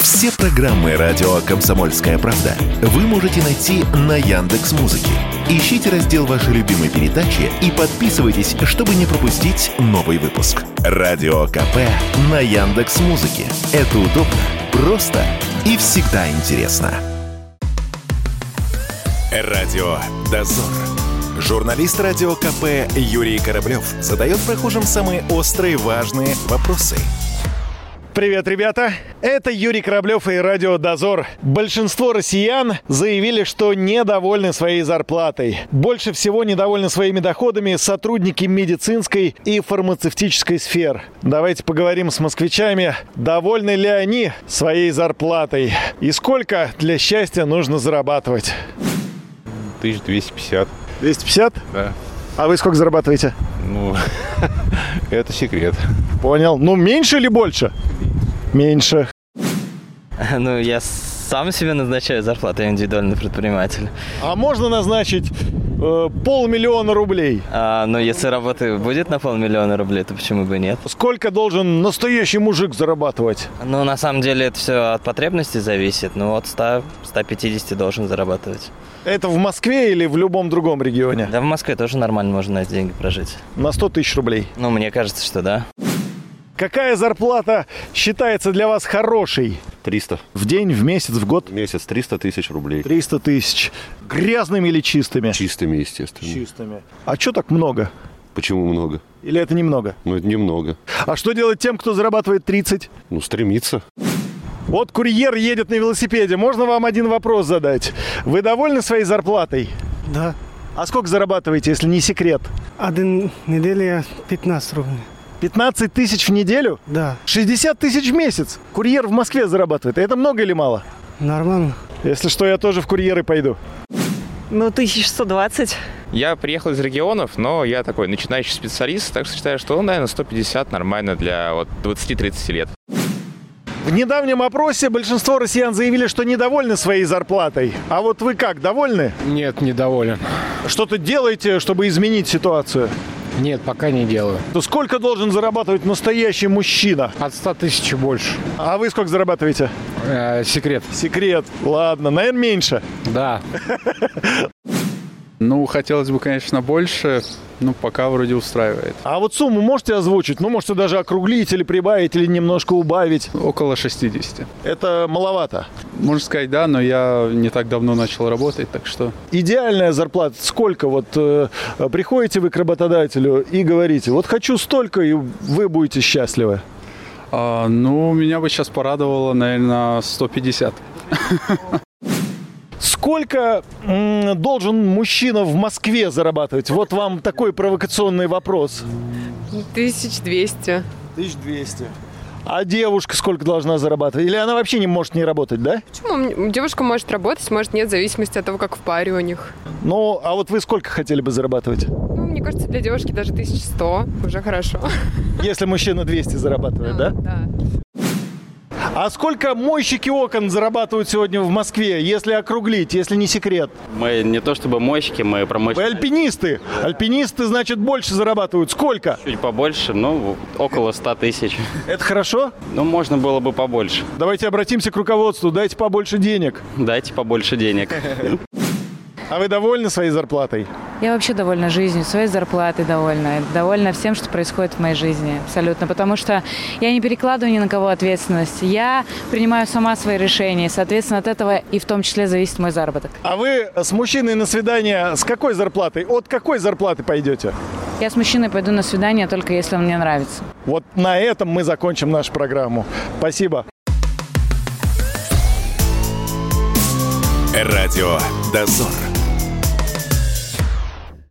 Все программы радио Комсомольская правда вы можете найти на Яндекс Музыке. Ищите раздел вашей любимой передачи и подписывайтесь, чтобы не пропустить новый выпуск. Радио КП на Яндекс Музыке. Это удобно, просто и всегда интересно. Радио Дозор. Журналист радио КП Юрий Кораблев задает прохожим самые острые важные вопросы. Привет, ребята! Это Юрий Кораблев и Радио Дозор. Большинство россиян заявили, что недовольны своей зарплатой. Больше всего недовольны своими доходами сотрудники медицинской и фармацевтической сфер. Давайте поговорим с москвичами, довольны ли они своей зарплатой и сколько для счастья нужно зарабатывать. 1250, 250? да. А вы сколько зарабатываете? Ну, это секрет. Понял. Ну, меньше или больше? Меньше. Ну, я сам себе назначаю зарплату, я индивидуальный предприниматель. А можно назначить э, полмиллиона рублей? А, но если работы будет на полмиллиона рублей, то почему бы и нет? Сколько должен настоящий мужик зарабатывать? Ну, на самом деле, это все от потребностей зависит. Ну, от 100, 150 должен зарабатывать. Это в Москве или в любом другом регионе? Да в Москве тоже нормально можно на эти деньги прожить. На 100 тысяч рублей. Ну, мне кажется, что да. Какая зарплата считается для вас хорошей? 300. В день, в месяц, в год? В месяц 300 тысяч рублей. 300 тысяч. Грязными или чистыми? Чистыми, естественно. Чистыми. А что так много? Почему много? Или это немного? Ну, это немного. А что делать тем, кто зарабатывает 30? Ну, стремиться. Вот курьер едет на велосипеде. Можно вам один вопрос задать? Вы довольны своей зарплатой? Да. А сколько зарабатываете, если не секрет? Один неделя 15 рублей. 15 тысяч в неделю? Да, 60 тысяч в месяц. Курьер в Москве зарабатывает. Это много или мало? нормально. Если что, я тоже в курьеры пойду. Ну, 1120. Я приехал из регионов, но я такой начинающий специалист, так что считаю, что, ну, наверное, 150 нормально для вот 20-30 лет. В недавнем опросе большинство россиян заявили, что недовольны своей зарплатой. А вот вы как, довольны? Нет, недоволен. Что-то делаете, чтобы изменить ситуацию? Нет, пока не делаю. То сколько должен зарабатывать настоящий мужчина? От 100 тысяч и больше. А вы сколько зарабатываете? Э, секрет. Секрет. Ладно, наверное, меньше. Да. Ну, хотелось бы, конечно, больше, но пока вроде устраивает. А вот сумму можете озвучить? Ну, можете даже округлить или прибавить, или немножко убавить. Около 60. Это маловато. Можно сказать, да, но я не так давно начал работать, так что Идеальная зарплата сколько? Вот э, приходите вы к работодателю и говорите, вот хочу столько, и вы будете счастливы. А, ну, меня бы сейчас порадовало, наверное, 150. Сколько м, должен мужчина в Москве зарабатывать? Вот вам такой провокационный вопрос. 1200. 1200. А девушка сколько должна зарабатывать? Или она вообще не может не работать, да? Почему м- девушка может работать, может нет, в зависимости от того, как в паре у них. Ну, а вот вы сколько хотели бы зарабатывать? Ну, мне кажется, для девушки даже 1100 уже хорошо. Если мужчина 200 зарабатывает, да? Да. А сколько мойщики окон зарабатывают сегодня в Москве, если округлить, если не секрет? Мы не то чтобы мойщики, мы Вы промойщики альпинисты. Альпинисты, значит, больше зарабатывают. Сколько? чуть побольше, ну, около 100 тысяч. Это хорошо? Ну, можно было бы побольше. Давайте обратимся к руководству. Дайте побольше денег. Дайте побольше денег. А вы довольны своей зарплатой? Я вообще довольна жизнью, своей зарплатой довольна. Довольна всем, что происходит в моей жизни. Абсолютно. Потому что я не перекладываю ни на кого ответственность. Я принимаю сама свои решения. И, соответственно, от этого и в том числе зависит мой заработок. А вы с мужчиной на свидание с какой зарплатой? От какой зарплаты пойдете? Я с мужчиной пойду на свидание, только если он мне нравится. Вот на этом мы закончим нашу программу. Спасибо. Радио Дозор.